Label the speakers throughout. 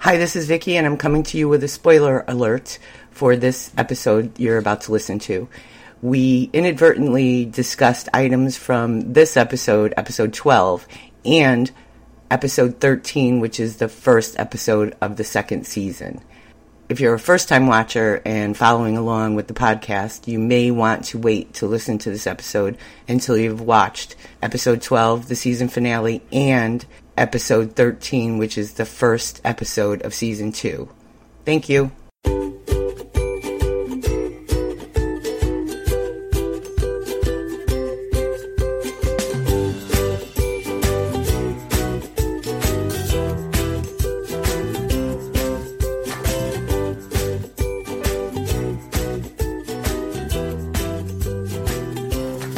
Speaker 1: Hi, this is Vicky, and I'm coming to you with a spoiler alert for this episode you're about to listen to. We inadvertently discussed items from this episode, episode 12, and episode 13, which is the first episode of the second season. If you're a first time watcher and following along with the podcast, you may want to wait to listen to this episode until you've watched episode 12, the season finale, and episode 13, which is the first episode of season 2. Thank you.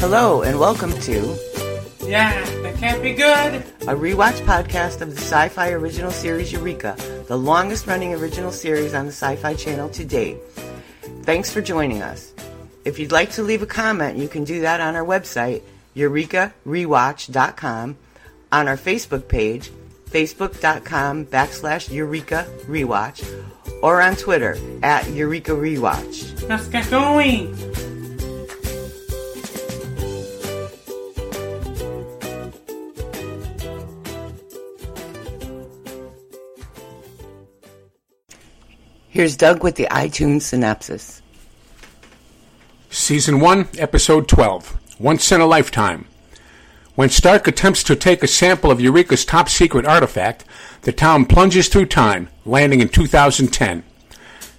Speaker 1: Hello, and welcome to
Speaker 2: Yeah, that can't be good.
Speaker 1: a rewatch podcast of the sci fi original series Eureka, the longest running original series on the Sci Fi Channel to date. Thanks for joining us. If you'd like to leave a comment, you can do that on our website, eurekarewatch.com, on our Facebook page, facebook.com backslash Eureka Rewatch, or on Twitter at Eureka Rewatch.
Speaker 2: Let's get going.
Speaker 1: Here's Doug with the iTunes synopsis.
Speaker 3: Season 1, Episode 12 Once in a Lifetime. When Stark attempts to take a sample of Eureka's top secret artifact, the town plunges through time, landing in 2010.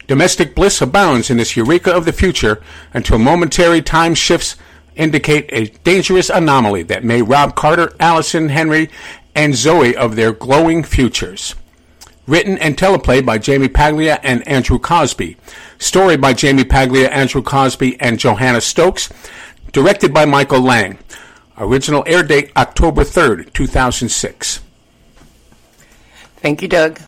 Speaker 3: Domestic bliss abounds in this Eureka of the future until momentary time shifts indicate a dangerous anomaly that may rob Carter, Allison, Henry, and Zoe of their glowing futures. Written and teleplay by Jamie Paglia and Andrew Cosby. Story by Jamie Paglia, Andrew Cosby, and Johanna Stokes. Directed by Michael Lang. Original air date October 3rd, 2006.
Speaker 1: Thank you, Doug.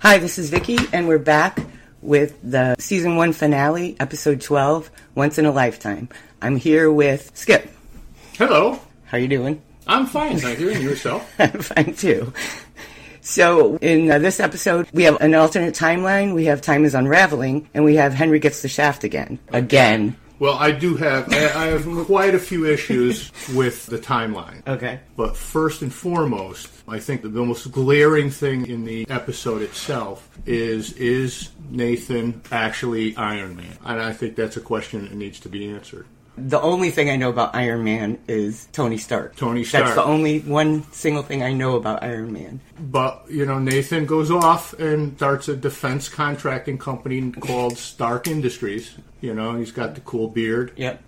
Speaker 1: Hi, this is Vicky, and we're back with the season one finale, episode twelve, "Once in a Lifetime." I'm here with Skip.
Speaker 4: Hello.
Speaker 1: How you doing?
Speaker 4: I'm fine, thank you. And yourself?
Speaker 1: I'm fine too. So, in uh, this episode, we have an alternate timeline. We have time is unraveling, and we have Henry gets the shaft again. Again.
Speaker 4: Well, I do have. I, I have quite a few issues with the timeline.
Speaker 1: Okay.
Speaker 4: But first and foremost, I think that the most glaring thing in the episode itself is is Nathan actually Iron Man? And I think that's a question that needs to be answered.
Speaker 1: The only thing I know about Iron Man is Tony Stark.
Speaker 4: Tony
Speaker 1: That's
Speaker 4: Stark.
Speaker 1: the only one single thing I know about Iron Man.
Speaker 4: But you know, Nathan goes off and starts a defense contracting company called Stark Industries. You know, he's got the cool beard.
Speaker 1: Yep.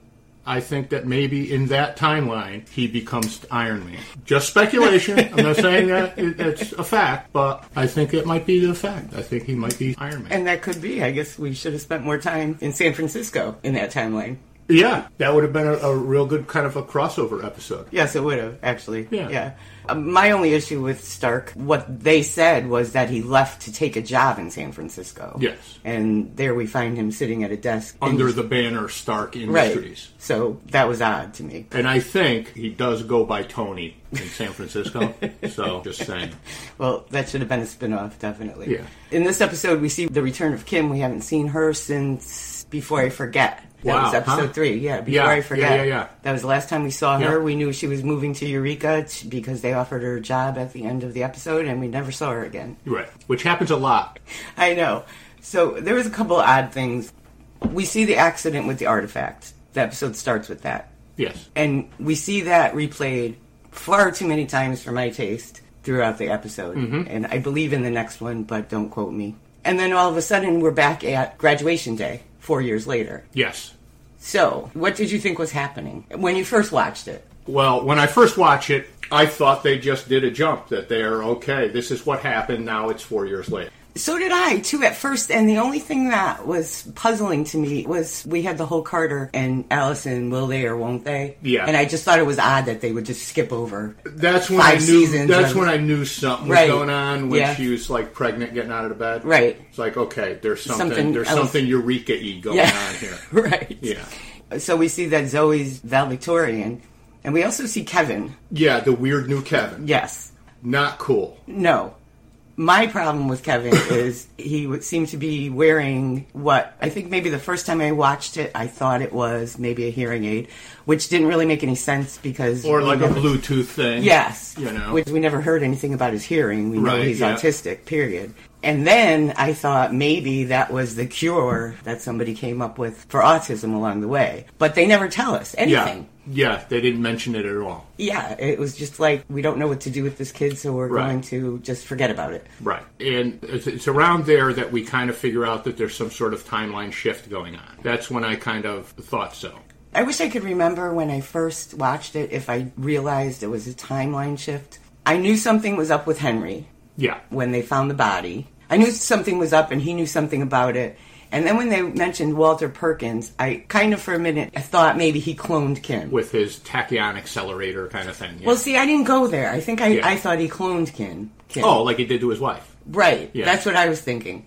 Speaker 4: I think that maybe in that timeline he becomes Iron Man. Just speculation. I'm not saying that it, it's a fact, but I think it might be the fact. I think he might be Iron Man.
Speaker 1: And that could be. I guess we should have spent more time in San Francisco in that timeline.
Speaker 4: yeah, that would have been a, a real good kind of a crossover episode.
Speaker 1: Yes, it would have, actually.
Speaker 4: Yeah.
Speaker 1: Um, my only issue with Stark, what they said was that he left to take a job in San Francisco.
Speaker 4: Yes.
Speaker 1: And there we find him sitting at a desk. in-
Speaker 4: Under the banner Stark Industries.
Speaker 1: Right. So that was odd to me.
Speaker 4: And I think he does go by Tony in San Francisco. so just saying.
Speaker 1: Well, that should have been a spin-off, definitely.
Speaker 4: Yeah.
Speaker 1: In this episode, we see the return of Kim. We haven't seen her since Before I Forget. That
Speaker 4: Wow,
Speaker 1: was episode
Speaker 4: huh?
Speaker 1: three. Yeah, Before
Speaker 4: Yeah,
Speaker 1: I
Speaker 4: yeah,
Speaker 1: Forget.
Speaker 4: yeah, yeah.
Speaker 1: That was the last time we saw
Speaker 4: Yeah.
Speaker 1: her. We knew she was moving to Eureka t- because they offered her a job at the end of the episode, and we never saw her again.
Speaker 4: Right. Which happens a lot.
Speaker 1: I know. So there was a couple odd things. We see the accident with the artifact. The episode starts with that.
Speaker 4: Yes.
Speaker 1: And we see that replayed far too many times for my taste throughout the episode.
Speaker 4: Mm-hmm.
Speaker 1: And I believe in the next one, but don't quote me. And then all of a sudden, we're back at graduation day four years later.
Speaker 4: Yes.
Speaker 1: So, what did you think was happening when you first watched it?
Speaker 4: Well, when I first watch it, I thought they just did a jump that they're okay. This is what happened. Now it's four years later.
Speaker 1: So did I, too, at first. And the only thing that was puzzling to me was we had the whole Carter and Allison, will they or won't they?
Speaker 4: Yeah.
Speaker 1: And I just thought it was odd that they would just skip over.
Speaker 4: That's when
Speaker 1: Five
Speaker 4: I knew.
Speaker 1: seasons
Speaker 4: That's
Speaker 1: of-
Speaker 4: when I knew something was
Speaker 1: Right.
Speaker 4: going on when
Speaker 1: Yeah.
Speaker 4: she was like pregnant, getting out of the bed.
Speaker 1: Right.
Speaker 4: It's like okay, there's something.
Speaker 1: Something
Speaker 4: there's
Speaker 1: else.
Speaker 4: something eureka-y going
Speaker 1: Yeah.
Speaker 4: on here.
Speaker 1: right.
Speaker 4: Yeah.
Speaker 1: So we see that Zoe's valedictorian. And we also see Kevin.
Speaker 4: Yeah. The weird new Kevin.
Speaker 1: Yes.
Speaker 4: Not cool.
Speaker 1: No. My problem with Kevin is he would seem to be wearing what I think maybe the first time I watched it, I thought it was maybe a hearing aid, which didn't really make any sense because
Speaker 4: Or
Speaker 1: we
Speaker 4: like a
Speaker 1: never-
Speaker 4: Bluetooth thing.
Speaker 1: Yes.
Speaker 4: You know.
Speaker 1: Which we never heard anything about his hearing. We know
Speaker 4: Right,
Speaker 1: he's
Speaker 4: yeah.
Speaker 1: autistic, period. And then I thought maybe that was the cure that somebody came up with for autism along the way. But they never tell us
Speaker 4: yeah.
Speaker 1: anything.
Speaker 4: Yeah, they didn't mention it at all.
Speaker 1: Yeah, it was just like, we don't know what to do with this kid, so we're
Speaker 4: Right.
Speaker 1: going to just forget about it.
Speaker 4: Right. And it's, it's around there that we kind of figure out that there's some sort of timeline shift going on. That's when I kind of thought so.
Speaker 1: I wish I could remember when I first watched it if I realized it was a timeline shift. I knew something was up with Henry.
Speaker 4: Yeah.
Speaker 1: when they found the body. I knew something was up and he knew something about it. And then when they mentioned Walter Perkins, I kind of for a minute I thought maybe he cloned Kim.
Speaker 4: With his tachyon accelerator kind of thing. yeah.
Speaker 1: well, see, I didn't go there. I think I,
Speaker 4: Yeah.
Speaker 1: I thought he cloned Kim. Kim.
Speaker 4: oh, like he did to his wife.
Speaker 1: right.
Speaker 4: yeah.
Speaker 1: That's what I was thinking.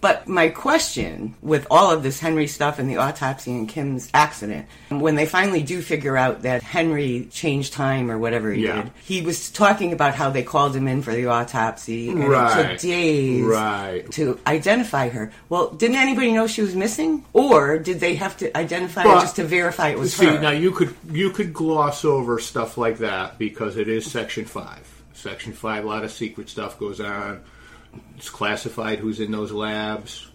Speaker 1: But my question with all of this Henry stuff and the autopsy and Kim's accident, when they finally do figure out that Henry changed time or whatever he
Speaker 4: Yeah.
Speaker 1: did, he was talking about how they called him in for the autopsy and it
Speaker 4: Right.
Speaker 1: took days
Speaker 4: Right.
Speaker 1: to identify her. Well, didn't anybody know she was missing, or did they have to identify her
Speaker 4: Well,
Speaker 1: just to verify it was
Speaker 4: See,
Speaker 1: her?
Speaker 4: now you could you could gloss over stuff like that because it is Section Five. Section Five, a lot of secret stuff goes on. It's classified who's in those labs.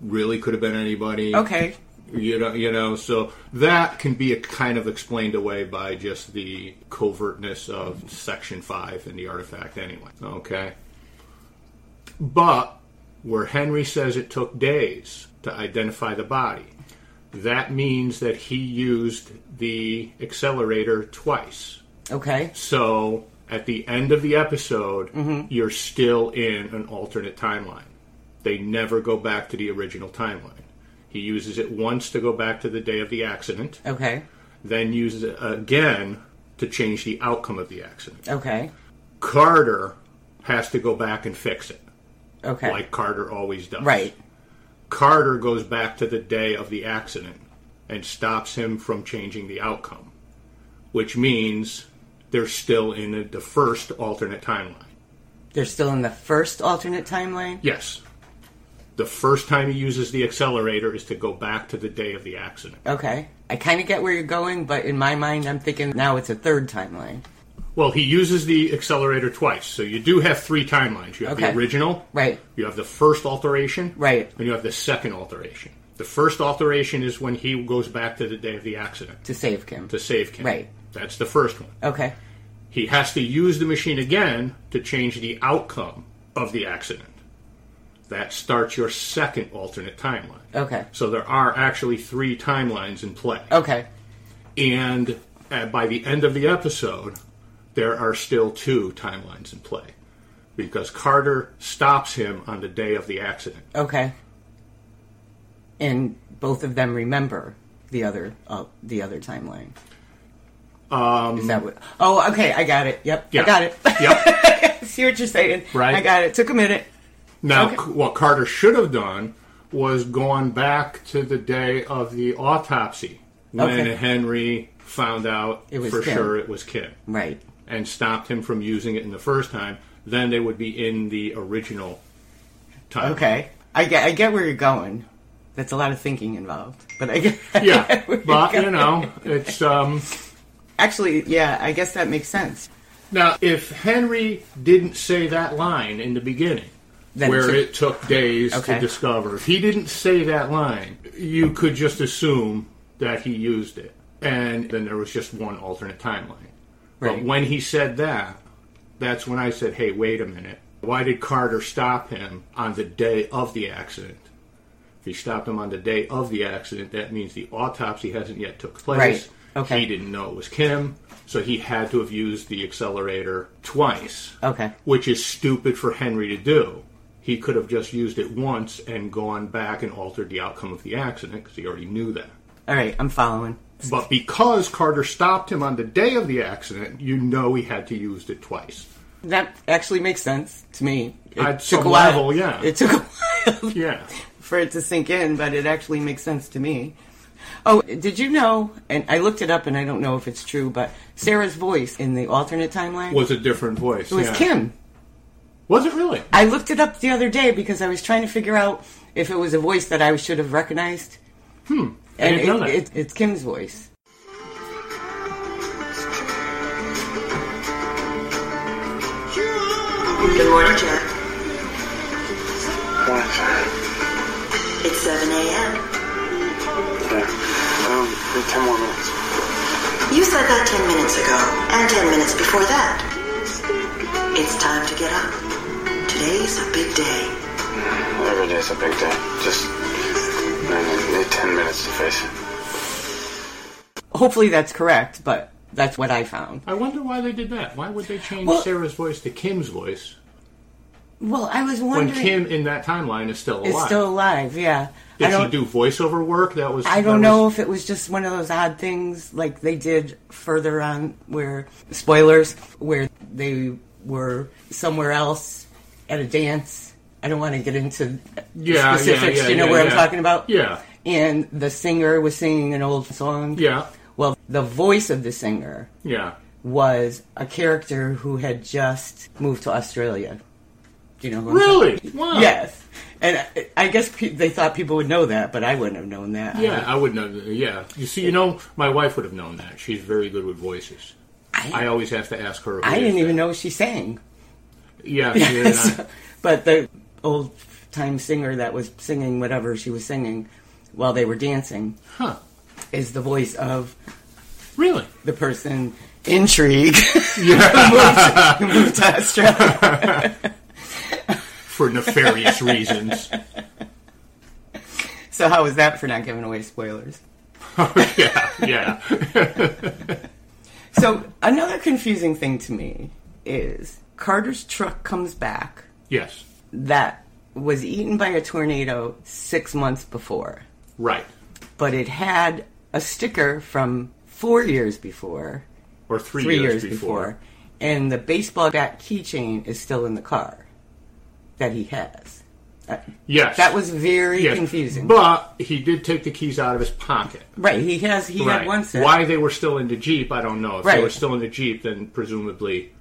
Speaker 4: Really, could have been anybody.
Speaker 1: okay,
Speaker 4: You know, you know, so that can be a kind of explained away by just the covertness of Section Five and the artifact, anyway. Okay, but where Henry says it took days to identify the body, that means that he used the accelerator twice.
Speaker 1: okay,
Speaker 4: So at the end of the episode, you're still in an alternate timeline. They never go back to the original timeline. He uses it once to go back to the day of the accident,
Speaker 1: okay,
Speaker 4: then uses it again to change the outcome of the accident.
Speaker 1: okay,
Speaker 4: Carter has to go back and fix it,
Speaker 1: okay,
Speaker 4: like Carter always does.
Speaker 1: right,
Speaker 4: Carter goes back to the day of the accident and stops him from changing the outcome, which means they're still in the- the first alternate timeline.
Speaker 1: they're still in the first alternate timeline.
Speaker 4: Yes. The first time he uses the accelerator is to go back to the day of the accident.
Speaker 1: Okay, I kind of get where you're going, but in my mind, I'm thinking now it's a third timeline,
Speaker 4: Well, he uses the accelerator twice, so you do have three timelines. You have
Speaker 1: Okay.
Speaker 4: the original,
Speaker 1: right?
Speaker 4: you have the first alteration,
Speaker 1: Right.
Speaker 4: and you have the second alteration. The first alteration is when he goes back to the day of the accident
Speaker 1: To save Kim.
Speaker 4: to save Kim.
Speaker 1: Right.
Speaker 4: That's the first one.
Speaker 1: okay,
Speaker 4: he has to use the machine again to change the outcome of the accident. That starts your second alternate timeline.
Speaker 1: okay, Oh.
Speaker 4: So there are actually three timelines in play.
Speaker 1: okay,
Speaker 4: And uh, by the end of the episode, there are still two timelines in play because Carter stops him on the day of the accident.
Speaker 1: okay. And both of them remember the other uh, the other timeline. Um, Is that what? Oh, okay, I got it. Yep, I got it.
Speaker 4: Yep.
Speaker 1: See what you're saying?
Speaker 4: Right.
Speaker 1: I got it. Took a minute.
Speaker 4: Now,
Speaker 1: Okay.
Speaker 4: c- what Carter should have done was gone back to the day of the autopsy when
Speaker 1: Okay.
Speaker 4: Henry found out
Speaker 1: It was
Speaker 4: for
Speaker 1: Kim.
Speaker 4: sure it was Kim
Speaker 1: Right.
Speaker 4: and stopped him from using it in the first time. Then they would be in the original time.
Speaker 1: Okay. I get. I get where you're going. That's a lot of thinking involved. But I get.
Speaker 4: Yeah, but you know, it's um.
Speaker 1: Actually, yeah. I guess that makes sense.
Speaker 4: Now, if Henry didn't say that line in the beginning,
Speaker 1: Then
Speaker 4: where
Speaker 1: it's-
Speaker 4: it took days
Speaker 1: Okay.
Speaker 4: to discover, if he didn't say that line, you could just assume that he used it. And then there was just one alternate timeline.
Speaker 1: Right.
Speaker 4: But when he said that, that's when I said, hey, wait a minute. Why did Carter stop him on the day of the accident? If he stopped him on the day of the accident, that means the autopsy hasn't yet took place.
Speaker 1: Right. Okay.
Speaker 4: He didn't know it was Kim, so he had to have used the accelerator twice,
Speaker 1: Okay.
Speaker 4: which is stupid for Henry to do. He could have just used it once and gone back and altered the outcome of the accident because he already knew that.
Speaker 1: All right. I'm following.
Speaker 4: But because Carter stopped him on the day of the accident, you know he had to use it twice.
Speaker 1: That actually makes sense to me. It
Speaker 4: At
Speaker 1: took
Speaker 4: some
Speaker 1: a while.
Speaker 4: level, yeah.
Speaker 1: It took a while
Speaker 4: Yeah.
Speaker 1: for it to sink in, but it actually makes sense to me. Oh, did you know? And I looked it up, and I don't know if it's true, but Sarah's voice in the alternate timeline
Speaker 4: Was a different voice.
Speaker 1: was
Speaker 4: yeah.
Speaker 1: Kim.
Speaker 4: Was it really?
Speaker 1: I looked it up the other day because I was trying to figure out if it was a voice that I should have recognized. Hmm. And
Speaker 4: didn't know
Speaker 1: it, it,
Speaker 4: that.
Speaker 1: it's Kim's voice.
Speaker 5: Good morning, Jack. It's 7 a.m.
Speaker 6: Yeah. Um, in 10 more minutes.
Speaker 5: You said that 10 minutes ago, and 10 minutes before that. It's time to get up. Today's a big day.
Speaker 6: Every day's a big day. Just, I need- need 10 minutes to face it.
Speaker 1: Hopefully that's correct, but that's what I found.
Speaker 4: I wonder why they did that. Why would they change
Speaker 1: Well-
Speaker 4: Sarah's voice to Kim's voice
Speaker 1: Well, I was
Speaker 4: when
Speaker 1: wondering.
Speaker 4: Kim in that timeline is still alive?
Speaker 1: is still alive, yeah. I
Speaker 4: did she
Speaker 1: don't,
Speaker 4: do voiceover work? That was
Speaker 1: I don't
Speaker 4: that
Speaker 1: know
Speaker 4: was-
Speaker 1: if it was just one of those odd things like they did further on where spoilers where they were somewhere else at a dance. I don't want to get into
Speaker 4: Yeah, yeah,
Speaker 1: specifics.
Speaker 4: yeah,
Speaker 1: you know
Speaker 4: yeah,
Speaker 1: what I'm
Speaker 4: yeah.
Speaker 1: talking about?
Speaker 4: Yeah.
Speaker 1: And the singer was singing an old song.
Speaker 4: Yeah.
Speaker 1: Well, the voice of the singer
Speaker 4: Yeah.
Speaker 1: was a character who had just moved to Australia. Do you know who I'm talking-
Speaker 4: Really? Wow.
Speaker 1: Yes. And I- I guess pe- they thought people would know that, but I wouldn't have known that.
Speaker 4: Yeah, I would know. Yeah, you see, you know, my wife would have known that. She's very good with voices. I, always have to ask her. who
Speaker 1: I
Speaker 4: is
Speaker 1: didn't even
Speaker 4: that.
Speaker 1: know she sang.
Speaker 4: Yeah, she did
Speaker 1: So-
Speaker 4: not.
Speaker 1: but the old time singer that was singing whatever she was singing while they were dancing
Speaker 4: huh?
Speaker 1: is the voice of
Speaker 4: Really?
Speaker 1: the person intrigue who, moved, who moved to Australia.
Speaker 4: For nefarious reasons.
Speaker 1: So how was that for not giving away spoilers?
Speaker 4: Yeah, yeah.
Speaker 1: So another confusing thing to me is Carter's truck comes back
Speaker 4: Yes,
Speaker 1: that was eaten by a tornado six months before,
Speaker 4: right.
Speaker 1: but it had a sticker from four years before,
Speaker 4: Or three,
Speaker 1: three years, before. and the baseball bat keychain is still in the car that he has. Uh,
Speaker 4: Yes,
Speaker 1: That was very
Speaker 4: yes.
Speaker 1: confusing.
Speaker 4: But he did take the keys out of his pocket.
Speaker 1: right, he has he had one set.
Speaker 4: Why they were still in the Jeep, I don't know. If
Speaker 1: Right.
Speaker 4: they were still in the Jeep, then presumably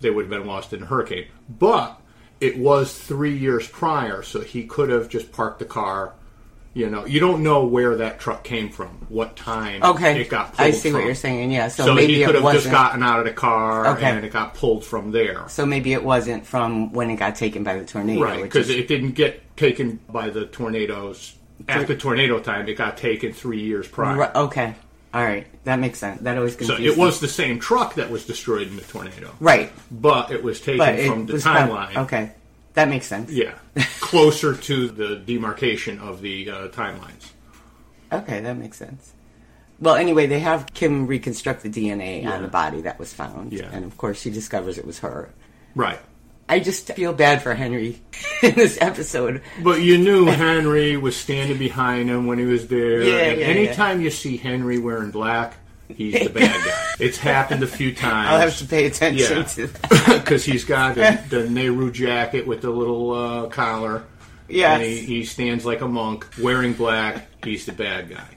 Speaker 4: they would have been lost in a hurricane. But it was three years prior, so he could have just parked the car. You know, you don't know where that truck came from, what time
Speaker 1: Okay,
Speaker 4: it got pulled
Speaker 1: I see what
Speaker 4: from.
Speaker 1: you're saying. Yeah, so,
Speaker 4: So,
Speaker 1: maybe
Speaker 4: he could
Speaker 1: it
Speaker 4: have
Speaker 1: wasn't.
Speaker 4: just gotten out of the car
Speaker 1: Okay.
Speaker 4: and it got pulled from there.
Speaker 1: so maybe it wasn't from when it got taken by the tornado.
Speaker 4: Right,
Speaker 1: which
Speaker 4: because
Speaker 1: is-
Speaker 4: it didn't get taken by the tornadoes at the tornado time. It got taken three years prior.
Speaker 1: Ri- okay, all right, that makes sense. That always
Speaker 4: So
Speaker 1: confuses. me.
Speaker 4: it was the same truck that was destroyed in the tornado.
Speaker 1: right,
Speaker 4: But it was taken
Speaker 1: but it
Speaker 4: from the
Speaker 1: was prob-
Speaker 4: timeline.
Speaker 1: Okay, that makes sense.
Speaker 4: Yeah. Closer to the demarcation of the uh, timelines.
Speaker 1: Okay, that makes sense. Well, anyway, they have Kim reconstruct the DNA on the body that was found,
Speaker 4: Yeah.
Speaker 1: and of course, she discovers it was her.
Speaker 4: Right.
Speaker 1: I just feel bad for Henry in this episode.
Speaker 4: But you knew Henry was standing behind him when he was there.
Speaker 1: Yeah,
Speaker 4: and
Speaker 1: yeah,
Speaker 4: anytime you see Henry wearing black, he's the bad guy. It's happened a few times.
Speaker 1: I'll have to pay attention
Speaker 4: Yeah.
Speaker 1: to that.
Speaker 4: because he's got the, the Nehru jacket with the little uh, collar. And he,
Speaker 1: Yes,
Speaker 4: he stands like a monk, wearing black. He's the bad guy.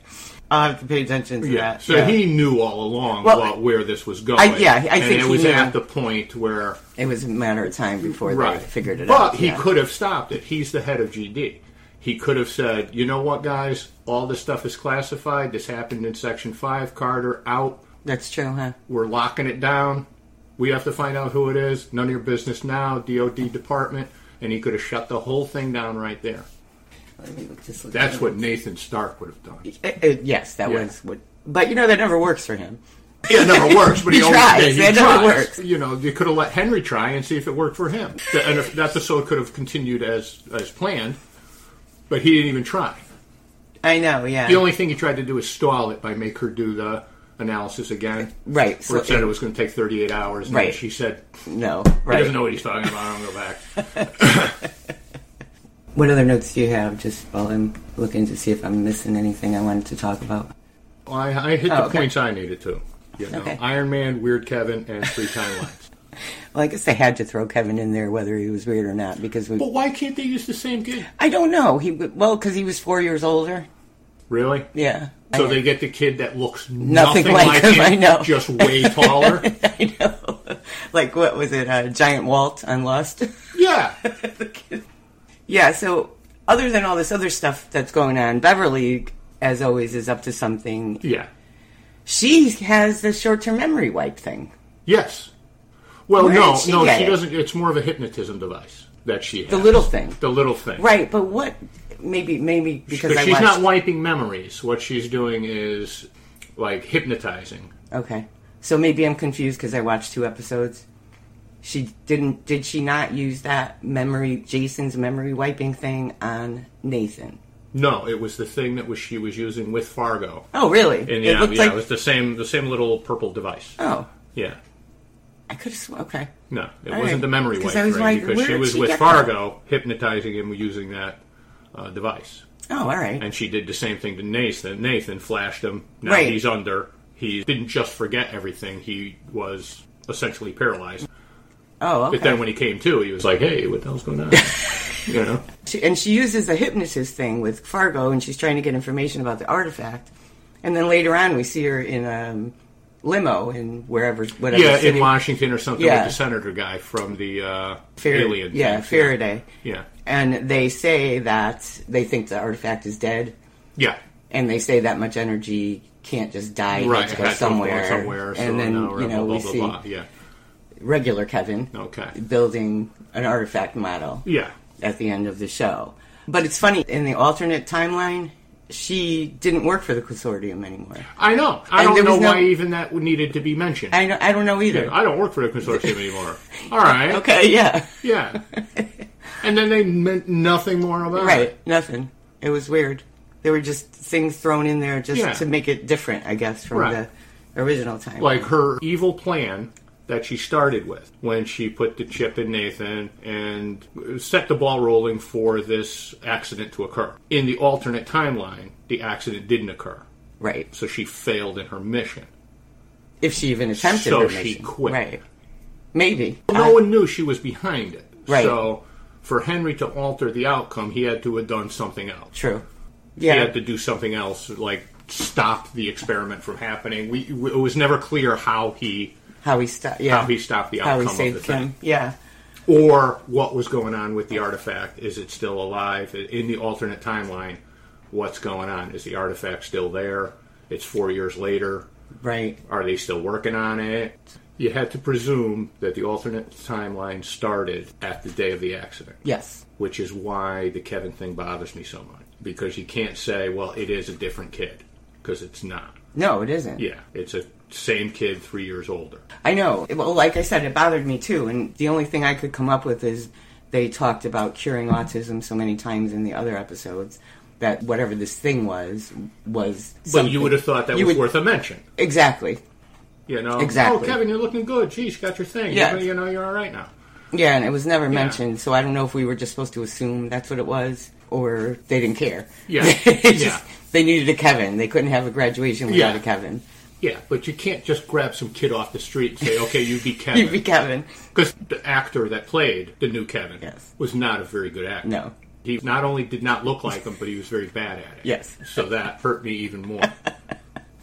Speaker 1: I'll have to pay attention to
Speaker 4: Yeah.
Speaker 1: that.
Speaker 4: So
Speaker 1: yeah.
Speaker 4: he knew all along
Speaker 1: Well,
Speaker 4: about where this was going.
Speaker 1: I- yeah, I
Speaker 4: and
Speaker 1: think
Speaker 4: it
Speaker 1: he
Speaker 4: was
Speaker 1: knew.
Speaker 4: at the point where
Speaker 1: it was a matter of time before
Speaker 4: right
Speaker 1: they figured it
Speaker 4: but
Speaker 1: out.
Speaker 4: he
Speaker 1: yeah.
Speaker 4: could have stopped it. He's the head of GD. He could have said, "You know what, guys? All this stuff is classified. This happened in Section Five. Carter out.
Speaker 1: That's true, huh?
Speaker 4: We're locking it down. We have to find out who it is. None of your business now. DOD department." And he could have shut the whole thing down right there.
Speaker 1: Let me look- just look
Speaker 4: That's
Speaker 1: at
Speaker 4: what Nathan Stark would have done.
Speaker 1: it. Uh, uh, yes, that
Speaker 4: Yeah.
Speaker 1: was what. But you know that never works for him.
Speaker 4: It never works, but he,
Speaker 1: He
Speaker 4: always
Speaker 1: tries.
Speaker 4: yeah, he
Speaker 1: That never
Speaker 4: tries.
Speaker 1: works.
Speaker 4: You know, you could have let Henry try and see if it worked for him, Th- and if that episode could have continued as as planned. But he didn't even try.
Speaker 1: I know. Yeah.
Speaker 4: The only thing he tried to do is stall it by make her do the analysis again.
Speaker 1: Right,
Speaker 4: Where
Speaker 1: so-
Speaker 4: it said it was going to take 38 hours, and
Speaker 1: Right.
Speaker 4: then she said,
Speaker 1: no.
Speaker 4: "He
Speaker 1: Right.
Speaker 4: doesn't know what he's talking about. I'm going to go back."
Speaker 1: What other notes do you have just while I'm looking to see if I'm missing anything I wanted to talk about?
Speaker 4: Well, I, I hit
Speaker 1: Oh,
Speaker 4: the
Speaker 1: okay.
Speaker 4: points I needed to. You know,
Speaker 1: Okay.
Speaker 4: Iron Man, Weird Kevin, and three timelines.
Speaker 1: Well, I guess they had to throw Kevin in there whether he was weird or not because we,
Speaker 4: but why can't they use the same kid?
Speaker 1: I don't know. He w- well because he was four years older.
Speaker 4: Really?
Speaker 1: Yeah.
Speaker 4: So
Speaker 1: I-
Speaker 4: they get the kid that looks
Speaker 1: Nothing
Speaker 4: nothing,
Speaker 1: like him,
Speaker 4: him,
Speaker 1: I know.
Speaker 4: just way taller.
Speaker 1: I know. Like what was it? Uh, Giant Walt on Lost.
Speaker 4: Yeah.
Speaker 1: Yeah, so other than all this other stuff that's going on, Beverly, as always, is up to something.
Speaker 4: Yeah.
Speaker 1: She has the short term memory wipe thing.
Speaker 4: Yes. Well,
Speaker 1: Where
Speaker 4: no,
Speaker 1: did she
Speaker 4: no,
Speaker 1: get
Speaker 4: she
Speaker 1: it?
Speaker 4: doesn't. It's more of a hypnotism device that she has.
Speaker 1: The little thing.
Speaker 4: The little thing.
Speaker 1: Right, but what maybe maybe because
Speaker 4: Because
Speaker 1: I
Speaker 4: she's
Speaker 1: watched
Speaker 4: not wiping memories. What she's doing is like hypnotizing.
Speaker 1: Okay. So maybe I'm confused because I watched two episodes. She didn't did she not use that memory Jason's memory wiping thing on Nathan?
Speaker 4: No, it was the thing that was she was using with Fargo.
Speaker 1: Oh really?
Speaker 4: And yeah,
Speaker 1: it looked
Speaker 4: yeah,
Speaker 1: like
Speaker 4: it was the same the same little purple device.
Speaker 1: Oh.
Speaker 4: Yeah.
Speaker 1: I could have okay.
Speaker 4: No, it
Speaker 1: All
Speaker 4: wasn't
Speaker 1: right.
Speaker 4: the memory
Speaker 1: 'Cause
Speaker 4: wipe
Speaker 1: I was
Speaker 4: thing
Speaker 1: like,
Speaker 4: because
Speaker 1: where
Speaker 4: she
Speaker 1: did
Speaker 4: was
Speaker 1: she
Speaker 4: with
Speaker 1: get that?
Speaker 4: Fargo hypnotizing him using that uh, device.
Speaker 1: Oh, all right.
Speaker 4: And she did the same thing to Nathan. Nathan flashed him. Now
Speaker 1: Right.
Speaker 4: he's under. He didn't just forget everything. He was essentially paralyzed.
Speaker 1: Oh, okay.
Speaker 4: But then when he came to, he was like, "Hey, what the hell's going on?" you know.
Speaker 1: She, and she uses the hypnotist thing with Fargo, and she's trying to get information about the artifact. And then later on, we see her in a limo in wherever, whatever.
Speaker 4: Yeah,
Speaker 1: city.
Speaker 4: in Washington or something
Speaker 1: Yeah.
Speaker 4: with the senator guy from the uh,
Speaker 1: Farad-
Speaker 4: alien.
Speaker 1: Yeah,
Speaker 4: thing.
Speaker 1: Faraday.
Speaker 4: Yeah.
Speaker 1: And they say that they think the artifact is dead,
Speaker 4: Yeah.
Speaker 1: and they say that much energy can't just die. it
Speaker 4: Right.
Speaker 1: has to
Speaker 4: it
Speaker 1: go
Speaker 4: had to go
Speaker 1: somewhere.
Speaker 4: Somewhere. so
Speaker 1: and then
Speaker 4: now we're
Speaker 1: you know
Speaker 4: blah,
Speaker 1: we
Speaker 4: blah,
Speaker 1: see
Speaker 4: blah, blah. Yeah.
Speaker 1: regular Kevin
Speaker 4: Okay.
Speaker 1: building an artifact model.
Speaker 4: Yeah.
Speaker 1: at the end of the show. But it's funny, in the alternate timeline, she didn't work for the consortium anymore.
Speaker 4: I know. I
Speaker 1: And there
Speaker 4: don't know
Speaker 1: was no-
Speaker 4: why even that needed to be mentioned.
Speaker 1: I don't, I don't know either.
Speaker 4: I don't work for the consortium anymore. All right.
Speaker 1: okay, yeah.
Speaker 4: Yeah. and then they meant nothing more about
Speaker 1: Right,
Speaker 4: it.
Speaker 1: nothing. It was weird. There were just things thrown in there just
Speaker 4: Yeah.
Speaker 1: to make it different, I guess, from
Speaker 4: Right.
Speaker 1: the original time.
Speaker 4: Like her evil plan that she started with when she put the chip in Nathan and set the ball rolling for this accident to occur. In the alternate timeline, the accident didn't occur.
Speaker 1: right.
Speaker 4: So she failed in her mission.
Speaker 1: If she even attempted
Speaker 4: So
Speaker 1: her
Speaker 4: she
Speaker 1: mission.
Speaker 4: quit.
Speaker 1: Right. Maybe.
Speaker 4: No one knew she was behind it.
Speaker 1: Right.
Speaker 4: So for Henry to alter the outcome, he had to have done something else.
Speaker 1: True.
Speaker 4: he
Speaker 1: Yeah.
Speaker 4: had to do something else, like stop the experiment from happening. We, we it was never clear how he
Speaker 1: how he stopped. Yeah.
Speaker 4: how he stopped the
Speaker 1: How
Speaker 4: outcome
Speaker 1: he
Speaker 4: of
Speaker 1: saved
Speaker 4: the
Speaker 1: him.
Speaker 4: thing.
Speaker 1: Yeah.
Speaker 4: or what was going on with the artifact. Is it still alive in the alternate timeline? What's going on? Is the artifact still there? It's four years later.
Speaker 1: Right.
Speaker 4: Are they still working on it? You had to presume that the alternate timeline started at the day of the accident
Speaker 1: Yes.
Speaker 4: which is why the Kevin thing bothers me so much because you can't say, well, it is a different kid because it's not.
Speaker 1: No, it isn't.
Speaker 4: Yeah, it's a same kid, three years older.
Speaker 1: I know. Well, like I said, it bothered me too. And the only thing I could come up with is they talked about curing autism so many times in the other episodes that whatever this thing was was.
Speaker 4: But
Speaker 1: something-
Speaker 4: you would have thought that
Speaker 1: You
Speaker 4: was
Speaker 1: would-
Speaker 4: worth a mention.
Speaker 1: exactly.
Speaker 4: You know,
Speaker 1: Exactly.
Speaker 4: Oh, Kevin, you're looking good. Geez, got your thing.
Speaker 1: Yeah.
Speaker 4: You, know, you know, you're all right now.
Speaker 1: Yeah, and it was never mentioned, so I don't know if we were just supposed to assume that's what it was or they didn't care.
Speaker 4: Yeah.
Speaker 1: It's
Speaker 4: Yeah.
Speaker 1: They needed a Kevin. They couldn't have a graduation without
Speaker 4: Yeah.
Speaker 1: a Kevin.
Speaker 4: Yeah, but you can't just grab some kid off the street and say, okay, you be
Speaker 1: You'd be Kevin.
Speaker 4: Kevin. Because the actor that played the new Kevin
Speaker 1: Yes.
Speaker 4: was not a very good actor.
Speaker 1: No.
Speaker 4: He not only did not look like him, but he was very bad at it.
Speaker 1: Yes.
Speaker 4: So that hurt me even more.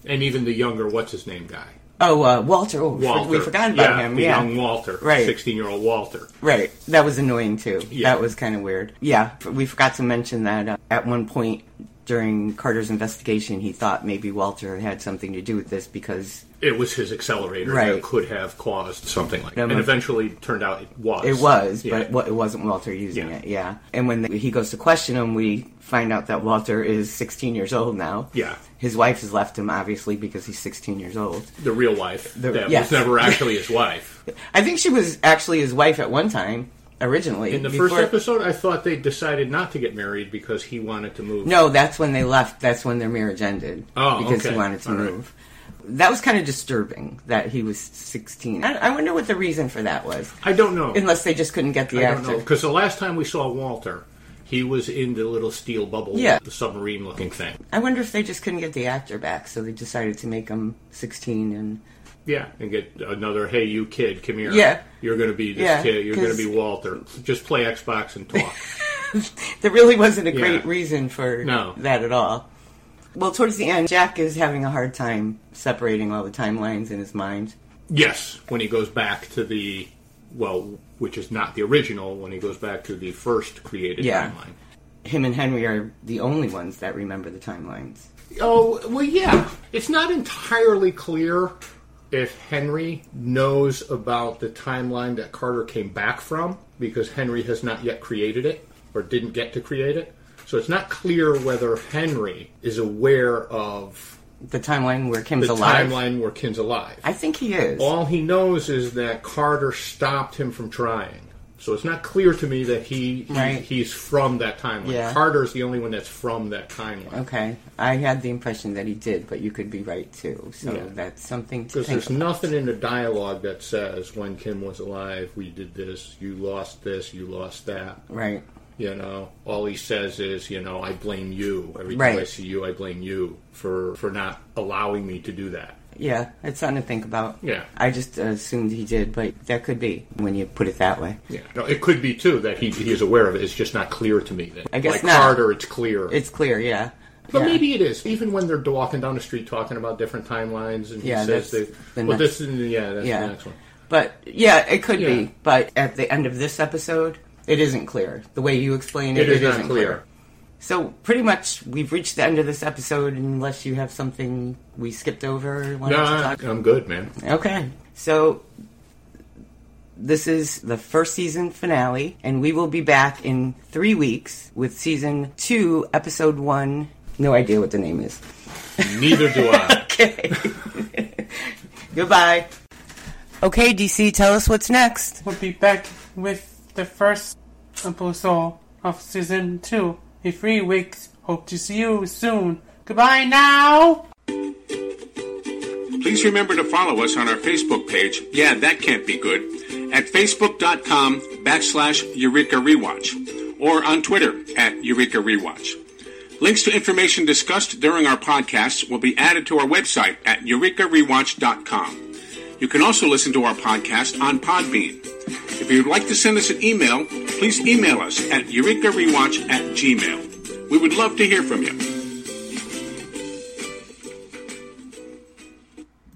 Speaker 4: and even the younger, what's his name guy?
Speaker 1: Oh, uh, Walter. Oh, we for-
Speaker 4: Walter.
Speaker 1: We forgot about
Speaker 4: yeah,
Speaker 1: him.
Speaker 4: The
Speaker 1: yeah.
Speaker 4: young Walter.
Speaker 1: Right.
Speaker 4: 16 year old Walter.
Speaker 1: Right. That was annoying too.
Speaker 4: Yeah.
Speaker 1: That was kind of weird. Yeah. f- We forgot to mention that uh, at one point during Carter's investigation, he thought maybe Walter had something to do with this because
Speaker 4: It was his accelerator
Speaker 1: Right.
Speaker 4: that could have caused something like that.
Speaker 1: Um,
Speaker 4: And eventually turned out it was.
Speaker 1: it was,
Speaker 4: Yeah.
Speaker 1: but wa- it wasn't Walter using
Speaker 4: Yeah.
Speaker 1: it. Yeah. And when he goes to question him, we find out that Walter is 16 years old now.
Speaker 4: Yeah.
Speaker 1: His wife has left him, obviously, because he's 16 years old.
Speaker 4: The real wife.
Speaker 1: The-
Speaker 4: that
Speaker 1: yes.
Speaker 4: was never actually his wife.
Speaker 1: I think she was actually his wife at one time, originally.
Speaker 4: In the
Speaker 1: before-
Speaker 4: first episode, I thought they decided not to get married because he wanted to move.
Speaker 1: No, that's when they left. That's when their marriage ended.
Speaker 4: Oh,
Speaker 1: because he
Speaker 4: okay.
Speaker 1: wanted to
Speaker 4: All right.
Speaker 1: move. That was kind of disturbing that he was 16. I, I wonder what the reason for that was.
Speaker 4: I don't know.
Speaker 1: Unless they just couldn't get the
Speaker 4: I don't know
Speaker 1: actor.
Speaker 4: because the last time we saw Walter, he was in the little steel bubble,
Speaker 1: Yeah.
Speaker 4: the submarine-looking thing.
Speaker 1: I wonder if they just couldn't get the actor back, so they decided to make him 16 and
Speaker 4: Yeah, and get another hey you kid, come here.
Speaker 1: Yeah.
Speaker 4: you're going to be this
Speaker 1: Yeah,
Speaker 4: kid. You're going
Speaker 1: 'cause-
Speaker 4: to be Walter. Just play Xbox and talk.
Speaker 1: there really wasn't a
Speaker 4: Yeah.
Speaker 1: great reason for
Speaker 4: No.
Speaker 1: that at all. Well, towards the end, Jack is having a hard time separating all the timelines in his mind.
Speaker 4: yes, when he goes back to the well, which is not the original when he goes back to the first created
Speaker 1: Yeah.
Speaker 4: timeline.
Speaker 1: Him and Henry are the only ones that remember the timelines.
Speaker 4: Oh, well, yeah. It's not entirely clear if Henry knows about the timeline that Carter came back from because Henry has not yet created it or didn't get to create it. So it's not clear whether Henry is aware of
Speaker 1: The timeline where Kim's
Speaker 4: the
Speaker 1: alive.
Speaker 4: timeline where Kin's alive.
Speaker 1: I think he is.
Speaker 4: All he knows is that Carter stopped him from trying. So it's not clear to me that he, he-
Speaker 1: Right.
Speaker 4: he's from that timeline.
Speaker 1: Yeah.
Speaker 4: Carter's the only one that's from that timeline.
Speaker 1: Okay, I had the impression that he did, but you could be right too. So that's something to
Speaker 4: Because
Speaker 1: think.
Speaker 4: there's nothing in the dialogue that says when Kim was alive, we did this, you lost this, you lost that.
Speaker 1: Right.
Speaker 4: You know, all he says is, you know, I blame you. Every time I
Speaker 1: Right.
Speaker 4: see you, I blame you for for not allowing me to do that.
Speaker 1: Yeah, it's something to think about.
Speaker 4: Yeah.
Speaker 1: I just assumed he did, but that could be when you put it that way.
Speaker 4: Yeah, no, it could be too that he he is aware of it. It's just not clear to me. That
Speaker 1: I guess
Speaker 4: like
Speaker 1: not.
Speaker 4: Carter, it's clear.
Speaker 1: It's clear, yeah.
Speaker 4: But
Speaker 1: Yeah.
Speaker 4: maybe it is. Even when they're walking down the street talking about different timelines, and
Speaker 1: Yeah,
Speaker 4: he
Speaker 1: that's
Speaker 4: says, that,
Speaker 1: the
Speaker 4: "Well,
Speaker 1: next-
Speaker 4: this is yeah, that's
Speaker 1: yeah.
Speaker 4: the next one."
Speaker 1: But yeah, it could
Speaker 4: Yeah.
Speaker 1: be. But at the end of this episode, it isn't clear. The way you explain it,
Speaker 4: It is
Speaker 1: it
Speaker 4: not
Speaker 1: isn't
Speaker 4: clear.
Speaker 1: So pretty much, we've reached the end of this episode, unless you have something we skipped over. wanted to
Speaker 4: Nah,
Speaker 1: talk-
Speaker 4: I'm good, man.
Speaker 1: Okay. So this is the first season finale, and we will be back in three weeks with season two, episode one. No idea what the name is.
Speaker 4: Neither do I.
Speaker 1: Okay. Goodbye. Okay, DC, tell us what's next.
Speaker 2: We'll be back with the first episode of season two in three weeks. Hope to see you soon. Goodbye now!
Speaker 3: Please remember to follow us on our Facebook page. Yeah, that can't be good. At facebook.com backslash Eureka Rewatch or on Twitter at Eureka Rewatch. Links to information discussed during our podcasts will be added to our website at eurekarewatch.com. You can also listen to our podcast on Podbean. If you'd like to send us an email, please email us at eurekarewatch at gmail. We would love to hear from you.